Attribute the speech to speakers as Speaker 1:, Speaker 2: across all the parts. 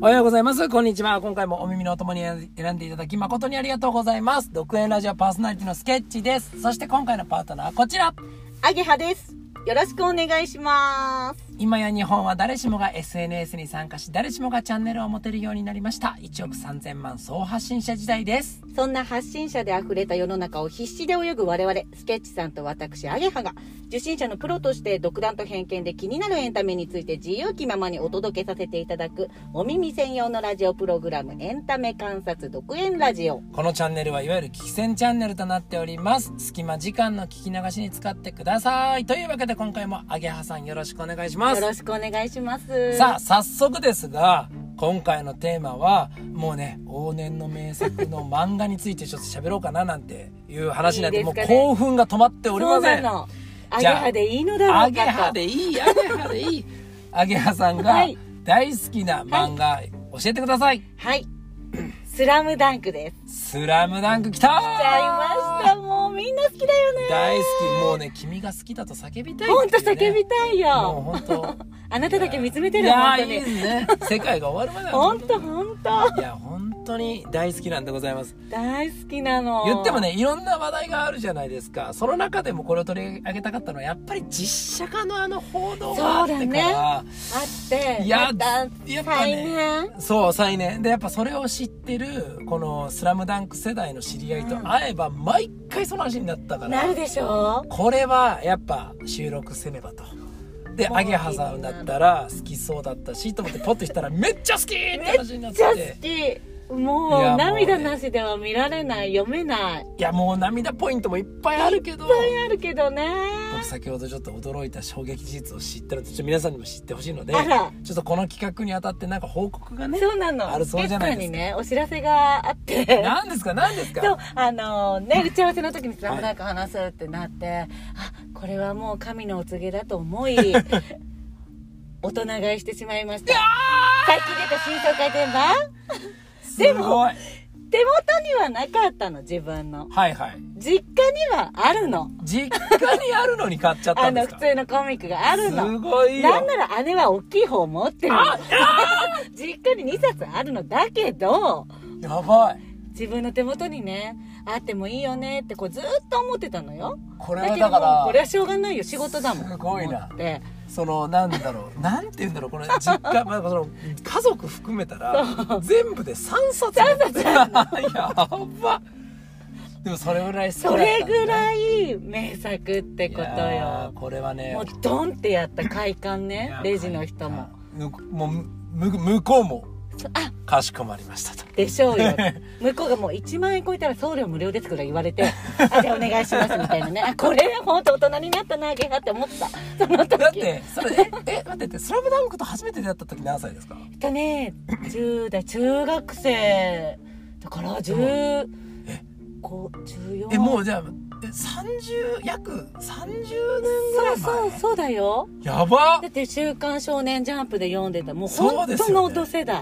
Speaker 1: おはようございます。こんにちは。今回もお耳のお供に選んでいただき誠にありがとうございます。独演ラジオパーソナリティのスケッチです。そして今回のパートナーはこちら。
Speaker 2: アゲハです。よろしくお願いします。
Speaker 1: 今や日本は誰しもが SNS に参加し、誰しもがチャンネルを持てるようになりました。1億3000万総発信者時代です。
Speaker 2: そんな発信者で溢れた世の中を必死で泳ぐ我々、スケッチさんと私、アゲハが、受信者のプロとして独断と偏見で気になるエンタメについて自由気ままにお届けさせていただく、お耳専用のラジオプログラム、エンタメ観察独演ラジオ。
Speaker 1: このチャンネルはいわゆる聞き戦チャンネルとなっております。隙間時間の聞き流しに使ってください。というわけで今回もアゲハさんよろしくお願いしま
Speaker 2: よ
Speaker 1: す。
Speaker 2: ろしくお願いします。
Speaker 1: さあ早速ですが今回のテーマはもうね往年の名作の漫画についてちょっと喋ろうかななんていう話なんで
Speaker 2: いいですかね
Speaker 1: もう興奮が止まっており
Speaker 2: そう
Speaker 1: ませ
Speaker 2: なんの。ア
Speaker 1: じ
Speaker 2: ゲ
Speaker 1: ゃあ
Speaker 2: ハでいいのだろうかと。
Speaker 1: アゲハでいいアゲハで いいアゲハさんが
Speaker 2: はい
Speaker 1: 大好きな漫画、教えてください
Speaker 2: はい。スラムダンクです。
Speaker 1: 「スラムダンク来たー
Speaker 2: ちゃいました。もうみんな好きだよね。
Speaker 1: 大好きもうね君が好きだと叫びたいっていうね、
Speaker 2: ほんと叫びたいよ。
Speaker 1: もう本 当
Speaker 2: あなただけ見つめてる
Speaker 1: いや
Speaker 2: 本
Speaker 1: ー
Speaker 2: 当
Speaker 1: いいです
Speaker 2: に。
Speaker 1: ね世界が終わるまでは
Speaker 2: 本当本当
Speaker 1: いや本当に大好きなんでございます
Speaker 2: 大好きなの。
Speaker 1: 言っても。ねいろんな話題があるじゃないですかその中でもこれを取り上げたかったのはやっぱり実写化のあの報道があってから
Speaker 2: あって。
Speaker 1: いや
Speaker 2: また
Speaker 1: やっぱね
Speaker 2: 再燃
Speaker 1: そう再燃でやっぱそれを知ってるこの「スラムダンク世代の知り合いと会えば毎回その話になったから
Speaker 2: なるでしょ
Speaker 1: これはやっぱ収録せねばと。で、
Speaker 2: もう
Speaker 1: アゲハさんだったら好きそうだったしと思ってポッとしたらめっちゃ好きって話になっ
Speaker 2: めっちゃ
Speaker 1: て
Speaker 2: 好き。
Speaker 1: いやも
Speaker 2: も
Speaker 1: う
Speaker 2: う
Speaker 1: ね
Speaker 2: 涙なしでは見られない、読めない。いっ
Speaker 1: いやもう涙ポイントもいっぱいあるけど
Speaker 2: ぱいあるけどね。
Speaker 1: 僕先ほどちょっと驚いた衝撃事実を知ったのでちょっと皆さんにも知ってほしいので
Speaker 2: あら
Speaker 1: ちょっとこの企画にあたってなんか報告がね
Speaker 2: そうなの。
Speaker 1: あるそうじゃないですか
Speaker 2: ゲストにね、お知らせがあって。
Speaker 1: 何ですか何です
Speaker 2: そう
Speaker 1: か
Speaker 2: あ のね打ち合わせの時に「スラムダンク話すってなって、あこれはもう神のお告げだ と思い大人買いしてしまいましたさっき出た新装回転版
Speaker 1: す
Speaker 2: でも
Speaker 1: ごい
Speaker 2: 手元にはなかったの自分の
Speaker 1: はいはい
Speaker 2: 実家にはあるの
Speaker 1: 実家にあるのに買っちゃった
Speaker 2: あ
Speaker 1: んで
Speaker 2: の
Speaker 1: す
Speaker 2: 普
Speaker 1: か
Speaker 2: 通のコミックがあるの
Speaker 1: すごいよ
Speaker 2: なんなら姉は大きい方持ってるの 実家に2冊あるのだけど
Speaker 1: やばい
Speaker 2: 自分の手元にねあってもいいよねってこうずーっと思ってたのよ
Speaker 1: これ
Speaker 2: だ
Speaker 1: は
Speaker 2: けど
Speaker 1: だか
Speaker 2: もうこれ
Speaker 1: ら
Speaker 2: はしょうがないよ仕事だもん
Speaker 1: すごいな
Speaker 2: 思って
Speaker 1: そのなんだろうなんて言うんだろうこの実家まあその家族含めたら全部で3冊3冊 やばでもそれぐらい好きだった
Speaker 2: そ
Speaker 1: んだ
Speaker 2: れぐらい名作ってこと
Speaker 1: いやー
Speaker 2: よ
Speaker 1: これはね
Speaker 2: もうドンってやった快感ねレジの人も
Speaker 1: ぬもうむ向こうも
Speaker 2: そあ
Speaker 1: かしこまりましたと
Speaker 2: でしょ うよ向こうがもう1万円超えたら送料無料ですから言われて「あじゃあお願いします」みたいなねあこれ本当大人になったなゲハって思ったその時
Speaker 1: だってそれえ え待ってって「スラムダンクと初めて出会った時何歳ですか
Speaker 2: えっとね10代中学生だから1514
Speaker 1: ええ
Speaker 2: え
Speaker 1: もうじゃあえ30約30年ぐら
Speaker 2: そ
Speaker 1: いう前
Speaker 2: そうそうだよ
Speaker 1: やば
Speaker 2: だって「週刊少年ジャンプ」で読んでたもう
Speaker 1: そう
Speaker 2: 本
Speaker 1: ですよね
Speaker 2: 当の同世代、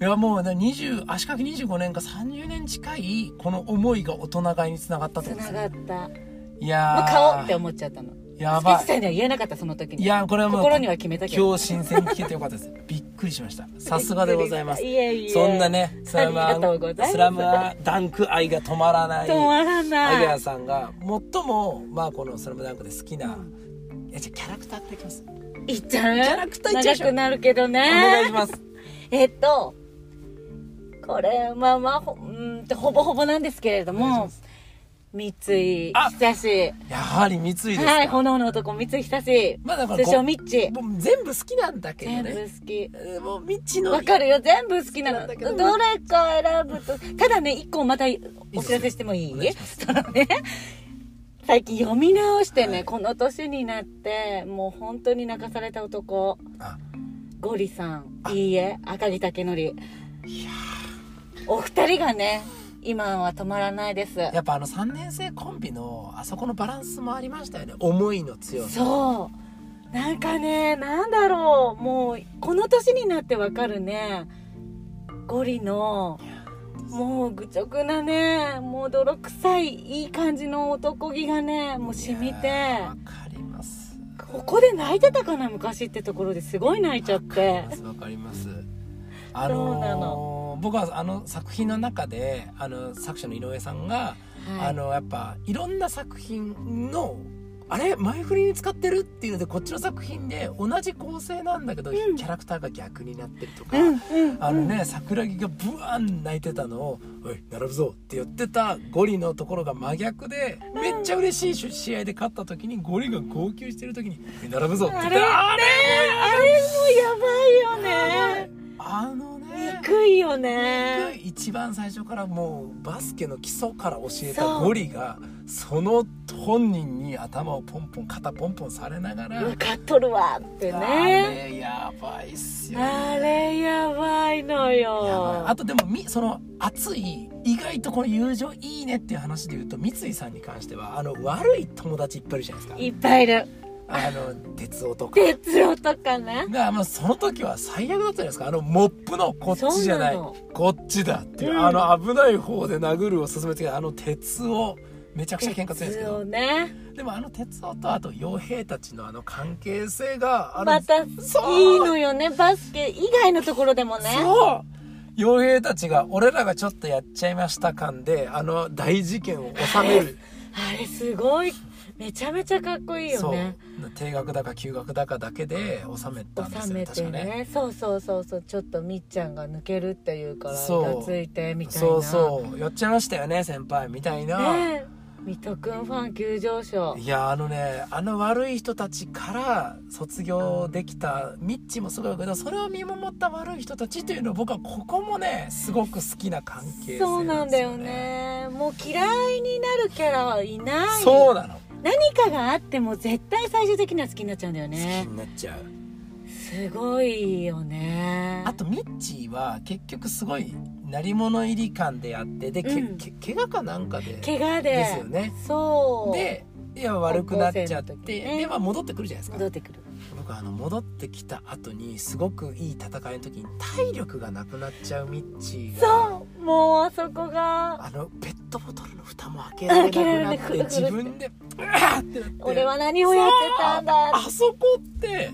Speaker 1: いやもうね20足掛け25年か30年近いこの思いが大人買いにつながったって
Speaker 2: 繋
Speaker 1: ことです
Speaker 2: が
Speaker 1: ね
Speaker 2: ったも
Speaker 1: いうやー
Speaker 2: 顔って思っちゃったの
Speaker 1: や
Speaker 2: スケッ
Speaker 1: ば
Speaker 2: チ
Speaker 1: い
Speaker 2: さんには言えなかったその時に
Speaker 1: いやこれはもう
Speaker 2: 心には決めたけど
Speaker 1: 今日新鮮に聞けてよかったですびっくりしましたさすがでございます
Speaker 2: いえいえ
Speaker 1: そんなねスラム
Speaker 2: ありがとうございます
Speaker 1: スラムダンク愛が止まらない
Speaker 2: 止まら
Speaker 1: アゲ
Speaker 2: な
Speaker 1: ハ
Speaker 2: い
Speaker 1: さんが最もまあこのスラムダンクで好きな、いやじゃあキャラクターっていきます、
Speaker 2: いっちゃう
Speaker 1: キャラクターいっちゃうでしょ
Speaker 2: 長くなるけどね
Speaker 1: お願いします
Speaker 2: えっとこれまあまあほうーんとほぼほぼなんですけれど
Speaker 1: お願い
Speaker 2: も
Speaker 1: し
Speaker 2: 三井久志
Speaker 1: やはり三井ですか、
Speaker 2: はい炎の男三井久志
Speaker 1: まあだから
Speaker 2: 通
Speaker 1: こう
Speaker 2: 称ミッチ
Speaker 1: もう全部好きなんだけど
Speaker 2: 全部
Speaker 1: ね
Speaker 2: 好き
Speaker 1: えーもうミッチの
Speaker 2: わかるよ全部好きな
Speaker 1: 好きなん
Speaker 2: の
Speaker 1: だけど
Speaker 2: どれか選ぶとただね一個またお知らせしてもいい
Speaker 1: お願いします
Speaker 2: そのね最近読み直してね、
Speaker 1: はい
Speaker 2: この年になってもう本当に泣かされた男
Speaker 1: あ
Speaker 2: ゴリさん
Speaker 1: あ
Speaker 2: いいえ赤木武典お二人がね今は止まらないです
Speaker 1: やっぱあの3年生コンビのあそこのバランスもありましたよね思いの強さ
Speaker 2: そうなんかねなんだろうもうこの年になってわかるねゴリのもう愚直なねもう泥臭いいい感じの男気がねもう染み
Speaker 1: い
Speaker 2: て
Speaker 1: やーわかります
Speaker 2: ここで泣いてたかな昔ってところですごい泣いちゃっ
Speaker 1: わかり
Speaker 2: て
Speaker 1: ますわかりますあ
Speaker 2: そうな
Speaker 1: のー僕はあの作品の中であの作者の井上さんが、あのやっぱいろんな作品のあれ前振りに使ってるっていうのでこっちの作品で同じ構成なんだけど、
Speaker 2: ん
Speaker 1: キャラクターが逆になってるとか、
Speaker 2: うんうん
Speaker 1: あのね、桜木がブワン泣いてたのを「おい並ぶぞ」って言ってたゴリのところが真逆でめっちゃ嬉しい試合で勝った時にゴリが号泣してる時に「おい並ぶぞ」って言っ
Speaker 2: あ
Speaker 1: て
Speaker 2: れ
Speaker 1: あれ
Speaker 2: あれもやばいよね
Speaker 1: あのね
Speaker 2: 憎いよね
Speaker 1: 一番最初からもうバスケの基礎から教えたゴリがその本人に頭をポンポン肩ポンポンされながら、
Speaker 2: 分かっとるわって
Speaker 1: あ
Speaker 2: ね
Speaker 1: れやばいっすよね
Speaker 2: あれやばいの
Speaker 1: やばい
Speaker 2: よ
Speaker 1: あとでもみその熱い意外とこの友情いいねっていう話で言うと三井さんに関してはあの悪い友達いっぱいいるじゃない
Speaker 2: い
Speaker 1: です
Speaker 2: っぱいいる
Speaker 1: かあの鉄男とか
Speaker 2: 哲郎とかね
Speaker 1: が、まあ、その時は最悪だったじゃないですかあのモップのこっちじゃない
Speaker 2: そうなの
Speaker 1: こっちだっていう、
Speaker 2: うん
Speaker 1: あの危ない方で殴るを進めてきたあの鉄をめちゃくちゃ喧嘩するんですけ
Speaker 2: 哲郎
Speaker 1: ど
Speaker 2: ね
Speaker 1: でもあの鉄男とあと傭兵たちのあの関係性があの
Speaker 2: またいい
Speaker 1: そう
Speaker 2: のよねバスケ以外のところでもね
Speaker 1: そう傭兵たちが俺らがちょっとやっちゃいました感であの大事件を収める、
Speaker 2: あれすごいめちゃめちゃかっこいいよ
Speaker 1: そう
Speaker 2: ね
Speaker 1: 定額だか休額だかだけで収めたんです
Speaker 2: 収
Speaker 1: よね
Speaker 2: め
Speaker 1: 確
Speaker 2: て
Speaker 1: か
Speaker 2: ね
Speaker 1: ね
Speaker 2: そうそうそうそうちょっとみっちゃんが抜けるっていうから
Speaker 1: そう
Speaker 2: がついてみたいな
Speaker 1: そうそうやっちゃいましたよね先輩みたいな、
Speaker 2: ねえ水戸くんファン急上昇
Speaker 1: いやあのねあの悪い人たちから卒業できたミッチーもすごいけどそれを見守った悪い人たちというのは僕はここもねすごく好きな関係性
Speaker 2: そうな
Speaker 1: なんんで
Speaker 2: だ
Speaker 1: す
Speaker 2: よ
Speaker 1: よね
Speaker 2: ねもう嫌いになるキャラはいない
Speaker 1: そうなの好
Speaker 2: 何かがあっても絶対最終的には好きになっちゃうんだよ
Speaker 1: き
Speaker 2: ね
Speaker 1: になっちゃう
Speaker 2: すごいよね
Speaker 1: あとミッチーは結局すごい鳴り物入り感であってで、け
Speaker 2: うん
Speaker 1: け怪我かなんかで
Speaker 2: 怪我で
Speaker 1: ですよね
Speaker 2: そう
Speaker 1: でいや悪くなっちゃっ
Speaker 2: 高校生の
Speaker 1: て、
Speaker 2: 時ね
Speaker 1: でまあ戻ってくるじゃないです
Speaker 2: 戻
Speaker 1: か
Speaker 2: ってくる
Speaker 1: 僕あの戻ってきた後にすごくいい戦いの時に体力がなくなっちゃうミッチーが
Speaker 2: そうもうあそこが
Speaker 1: あのペットボトルの蓋も開けられなくなって自
Speaker 2: 開けられなくなって
Speaker 1: 分で「うわーってなって
Speaker 2: 俺は何をやってたんだ
Speaker 1: あそこって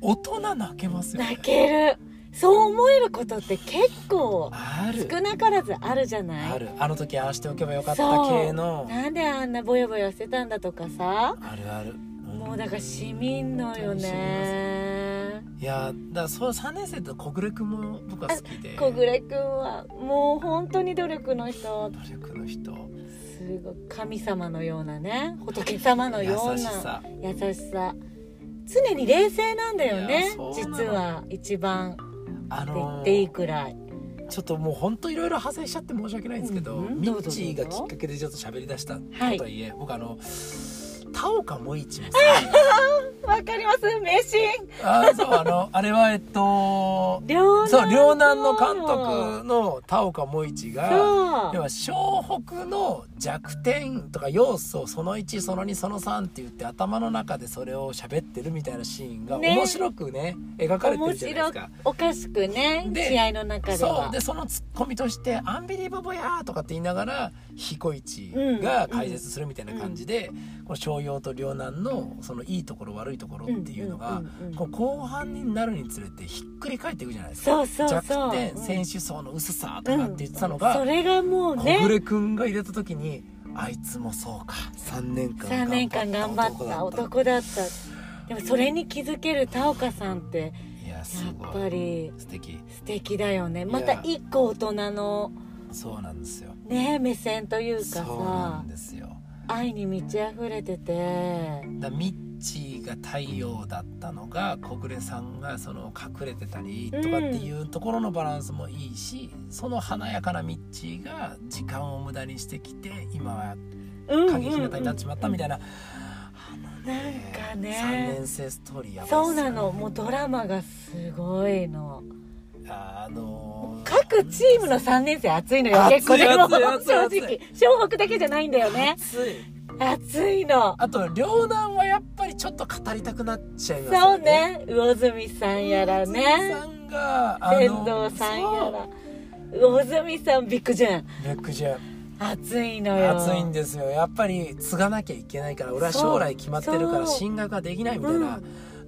Speaker 1: 大人泣けますよね
Speaker 2: 泣けるそう思えることって結構
Speaker 1: ある
Speaker 2: 少なからずあるじゃな
Speaker 1: あ
Speaker 2: い
Speaker 1: るあの時ああしておけばよかった
Speaker 2: そう
Speaker 1: 系の
Speaker 2: なんであんなボヤボヤしてたんだとかさ
Speaker 1: あるある、うん
Speaker 2: もうだから市民のよね
Speaker 1: いやだからそう3年生と小暮君も僕は好きで
Speaker 2: 小暮君はもう本当に努力の人
Speaker 1: 努力の人
Speaker 2: すごい神様のようなね仏様の
Speaker 1: 優
Speaker 2: ような
Speaker 1: しさ
Speaker 2: 優しさ常に冷静なんだよ
Speaker 1: い
Speaker 2: ね
Speaker 1: やそうなの
Speaker 2: 実は一番って
Speaker 1: あ
Speaker 2: 言
Speaker 1: の
Speaker 2: っていいくらい
Speaker 1: ちょっともう本当いろいろ派生しちゃって申し訳ないんですけど、
Speaker 2: うんうん
Speaker 1: ミ
Speaker 2: ど
Speaker 1: ッ
Speaker 2: うぞどうぞ
Speaker 1: チーがきっかけでちょっと喋り出したと
Speaker 2: はい
Speaker 1: はいえ、僕あの田岡萌一も好き
Speaker 2: わかります名シーン
Speaker 1: あーそうあのあれはえっと
Speaker 2: 両
Speaker 1: そう両南の監督の田岡萌一が
Speaker 2: そう
Speaker 1: 要は湘北の弱点とか要素その1その2その3って言って頭の中でそれを喋ってるみたいなシーンが
Speaker 2: ね
Speaker 1: 面白くね描かれて
Speaker 2: 面
Speaker 1: るじゃないで
Speaker 2: 白
Speaker 1: すか。
Speaker 2: くおかしくね
Speaker 1: で
Speaker 2: 試合の中で
Speaker 1: そう
Speaker 2: は
Speaker 1: でそのツッコミとして「アンビリバボや!」とかって言いながら彦一が解説するみたいな感じで、この商用と両南のそのいいところ悪いところっていうのが、
Speaker 2: んんん
Speaker 1: こう後半になるにつれてひっくり返っていくじゃないですか。
Speaker 2: そうそうそう
Speaker 1: 弱点選手層の薄さとかって言ってたのが、
Speaker 2: それがもうね
Speaker 1: 小暮君が入れた時にあいつもそうか3年間
Speaker 2: 3年間頑張った男だったでもそれに気づける田岡さんって
Speaker 1: いやす
Speaker 2: や
Speaker 1: ご
Speaker 2: っ
Speaker 1: い
Speaker 2: ぱり
Speaker 1: 素敵
Speaker 2: 素敵だよね
Speaker 1: や
Speaker 2: また一個大人の
Speaker 1: そうなんですよ
Speaker 2: ね目線というか
Speaker 1: そうな
Speaker 2: さ
Speaker 1: んですよ
Speaker 2: 愛に満ち溢れてて
Speaker 1: だミッチーが太陽だったのが小暮さんがその隠れてたりとかっていうところのバランスもいいし、その華やかなミッチーが時間を無駄にしてきて今は影ひなたになっちまったみたいな、
Speaker 2: なんかね
Speaker 1: 3年生ストーリーやばいっすよ
Speaker 2: そうなのもうドラマがすごいの
Speaker 1: あのー
Speaker 2: 各チームの3年生熱いのよ
Speaker 1: 熱い
Speaker 2: 結構でも
Speaker 1: 熱い熱い
Speaker 2: 正
Speaker 1: 熱い
Speaker 2: 直湘北だけじゃないんだよね
Speaker 1: 熱い
Speaker 2: 熱いの
Speaker 1: あと両南はやっぱりちょっと語りたくなっちゃいます
Speaker 2: そう
Speaker 1: よね
Speaker 2: ね魚住さんやら
Speaker 1: 松井
Speaker 2: ね
Speaker 1: さんがあの
Speaker 2: 天童さんやら魚住さんビッグジュン
Speaker 1: そうレックジェ
Speaker 2: 熱いのよ
Speaker 1: 熱いんですよやっぱり継がなきゃいけないから俺は将来決まってるから
Speaker 2: そう
Speaker 1: 進学ができないみたいな、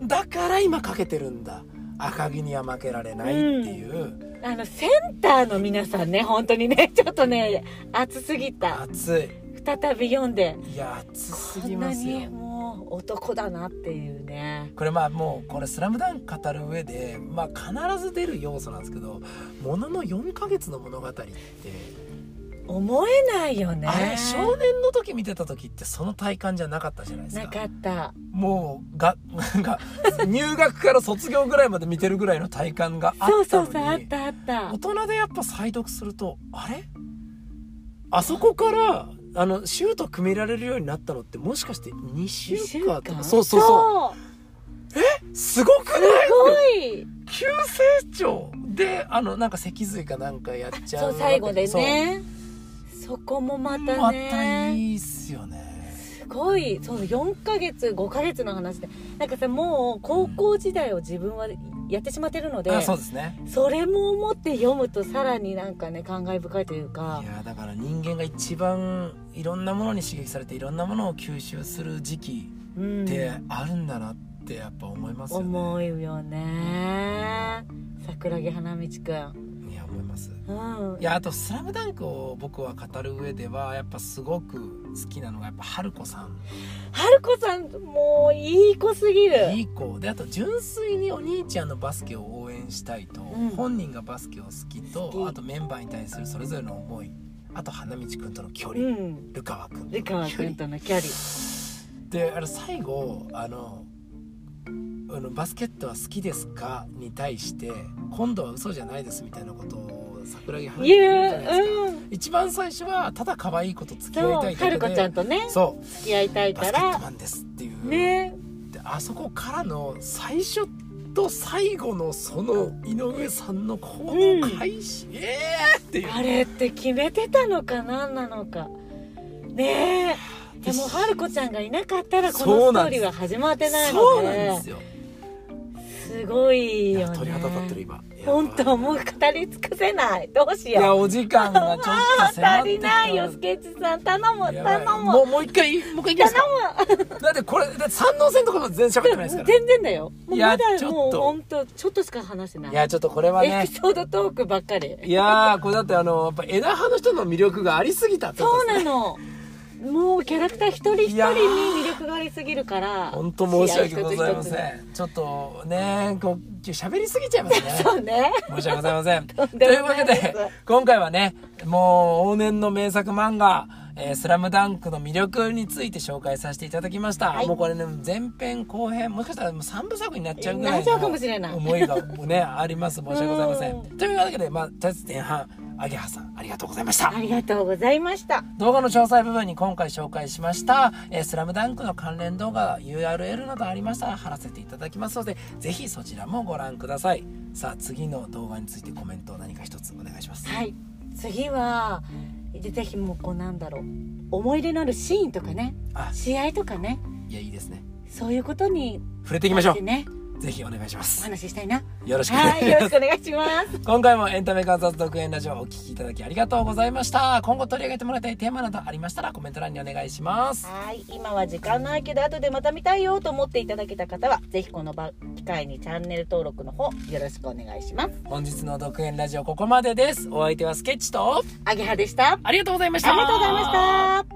Speaker 1: だから今かけてるんだ赤城には負けられないっていう、
Speaker 2: あのセンターの皆さんね本当にね ちょっとね熱すぎた
Speaker 1: 暑い
Speaker 2: 再び読んで
Speaker 1: いや暑す
Speaker 2: こ
Speaker 1: ぎ
Speaker 2: ん
Speaker 1: ま
Speaker 2: な
Speaker 1: すよ
Speaker 2: にもう男だなっていうね
Speaker 1: これまあもうこれ「スラムダンク語る上でまあ必ず出る要素なんですけどものの4ヶ月の物語って、
Speaker 2: 思えないよね
Speaker 1: あれ少年の時見てた時ってその体感じゃなかったじゃないです
Speaker 2: な
Speaker 1: か
Speaker 2: かった
Speaker 1: もうがなんか入学から卒業ぐらいまで見てるぐらいの体感があった
Speaker 2: そ
Speaker 1: の
Speaker 2: う
Speaker 1: に
Speaker 2: そうそうあったあった
Speaker 1: 大人でやっぱ再読するとあれあそこからあのシュート組められるようになったのってもしかして2週間とかそうそうそううすごくない
Speaker 2: すごい
Speaker 1: 急成長であのなんか脊髄かなんかやっちゃう
Speaker 2: そう最後でねそこもま
Speaker 1: そう
Speaker 2: た
Speaker 1: ま
Speaker 2: ね
Speaker 1: たいいっすよね
Speaker 2: すごいその4ヶ月5ヶ月の話でなんかさもう高校時代を自分はやってしまってるので、
Speaker 1: あそうですね
Speaker 2: それも思って読むとさらになんかね感慨深いというか
Speaker 1: いやだから人間が一番いろんなものに刺激されていろんなものを吸収する時期
Speaker 2: うん
Speaker 1: ってあるんだなってやっぱ思いますよね、
Speaker 2: 思うよね桜木花道くん
Speaker 1: いや思います
Speaker 2: うん
Speaker 1: いやあと「スラムダンクを僕は語る上ではやっぱすごく好きなのがやっぱ春子さん
Speaker 2: 春子さんもういい子すぎる
Speaker 1: いい子であと純粋にお兄ちゃんのバスケを応援したいと、
Speaker 2: うん
Speaker 1: 本人がバスケを好きと
Speaker 2: 好き
Speaker 1: あとメンバーに対するそれぞれの思いあと花道くんとの距
Speaker 2: う
Speaker 1: 離、
Speaker 2: ん
Speaker 1: ルカワくん
Speaker 2: ルカワくんとの距離
Speaker 1: であの最後あのあの「バスケットは好きですか?」に対して「今度は嘘じゃないです」みたいなことを桜木花道くん言うじゃないですか、
Speaker 2: 言ううん
Speaker 1: 一番最初はただ可愛い子と付き合い
Speaker 2: そ
Speaker 1: た
Speaker 2: う
Speaker 1: いだけ
Speaker 2: 春
Speaker 1: で
Speaker 2: 子ちゃんとね
Speaker 1: そう
Speaker 2: 付き合いたい
Speaker 1: バ
Speaker 2: か
Speaker 1: スケット
Speaker 2: ら
Speaker 1: マンですっていう、
Speaker 2: ね
Speaker 1: であそこからの最初と最後のその井上さんの行動開始、ええーっていう
Speaker 2: あれって決めてたのか何なのかねえでも春子ちゃんがいなかったらこの
Speaker 1: そう
Speaker 2: スト
Speaker 1: な
Speaker 2: ー
Speaker 1: んで
Speaker 2: リー
Speaker 1: す
Speaker 2: は始まってない
Speaker 1: そ
Speaker 2: の
Speaker 1: うなん
Speaker 2: で
Speaker 1: ですよ
Speaker 2: すごい
Speaker 1: い
Speaker 2: よ
Speaker 1: や
Speaker 2: ね
Speaker 1: 鳥肌立ってる今いや
Speaker 2: 本当もう語り尽くせないどうし
Speaker 1: い
Speaker 2: よ
Speaker 1: やお時間がちょ っと
Speaker 2: う
Speaker 1: 迫っ
Speaker 2: 足
Speaker 1: て
Speaker 2: り
Speaker 1: きた
Speaker 2: ないよスケッチさん頼む
Speaker 1: やばい
Speaker 2: 頼
Speaker 1: も
Speaker 2: む
Speaker 1: うもう一回いいもう一回いきますかだってこれだって三能線とかも全然喋ってないですから
Speaker 2: 全然だよもう
Speaker 1: いや
Speaker 2: まだ
Speaker 1: ちょっと
Speaker 2: もう本当ちょっとしか話してないい
Speaker 1: やちょっとこれは
Speaker 2: エ
Speaker 1: ね
Speaker 2: ピソードトークばっかり
Speaker 1: いやーこれだってあのやっぱ枝葉の人の魅力がありすぎたってこと
Speaker 2: そ
Speaker 1: で
Speaker 2: う
Speaker 1: すね
Speaker 2: なのもうキャラクター一人一
Speaker 1: い
Speaker 2: 人
Speaker 1: や
Speaker 2: に
Speaker 1: ー
Speaker 2: 魅力がありすぎるから
Speaker 1: 本当申し訳ございませ
Speaker 2: 試合一つ
Speaker 1: ん。ちょっとね、こう喋りすぎちゃいます
Speaker 2: 一つ
Speaker 1: ね。
Speaker 2: そうね
Speaker 1: 申し訳ございません。
Speaker 2: とん
Speaker 1: と
Speaker 2: で
Speaker 1: いう
Speaker 2: もな
Speaker 1: わ
Speaker 2: い
Speaker 1: け
Speaker 2: です
Speaker 1: で、今回はね、もう往年の名作漫画、えースラムダンクの魅力について紹介させていただきました。
Speaker 2: はい
Speaker 1: もうこれね、前編後編、もしかしたらもう3部作になっちゃうぐら
Speaker 2: ないっちゃうかもしれない
Speaker 1: の思いがね、あります。申し訳ございませ
Speaker 2: うん
Speaker 1: ん。というわけで、まあ、とりあえず前半、アゲハさん、ありがとうございました
Speaker 2: あ。りがとうございました
Speaker 1: 動画の詳細部分に今回紹介しました「えースラムダンクの関連動画 URL などありましたら貼らせていただきますのでぜひそちらもご覧くださいさあ次の動画についてコメントを何か一つお願いします
Speaker 2: はい次はでぜひもうこうなんだろう思い出のあるシーンとかね
Speaker 1: あ
Speaker 2: 試合とかね
Speaker 1: いやいいですね
Speaker 2: そういうことに
Speaker 1: 触れていきましょ
Speaker 2: ね
Speaker 1: うぜひお願いしま
Speaker 2: お
Speaker 1: す
Speaker 2: 話ししたいな
Speaker 1: よろしくお願い
Speaker 2: はい
Speaker 1: し
Speaker 2: よ
Speaker 1: ま
Speaker 2: ろ
Speaker 1: す
Speaker 2: しくお願いします
Speaker 1: 今回もエンタメ観察独演ラジオをお聞きいただきありがとうございました今後取り上げてもらいたいテーマなどありましたらコメント欄にお願いします
Speaker 2: はい今は時間ないけど後でまた見たいよと思っていただけた方はぜひこの場機会にチャンネル登録の方よろしくお願いします
Speaker 1: 本日の独演ラジオここまでですお相手はスケッチと
Speaker 2: あげはでしたあ
Speaker 1: ありがとうございました
Speaker 2: りがとうございました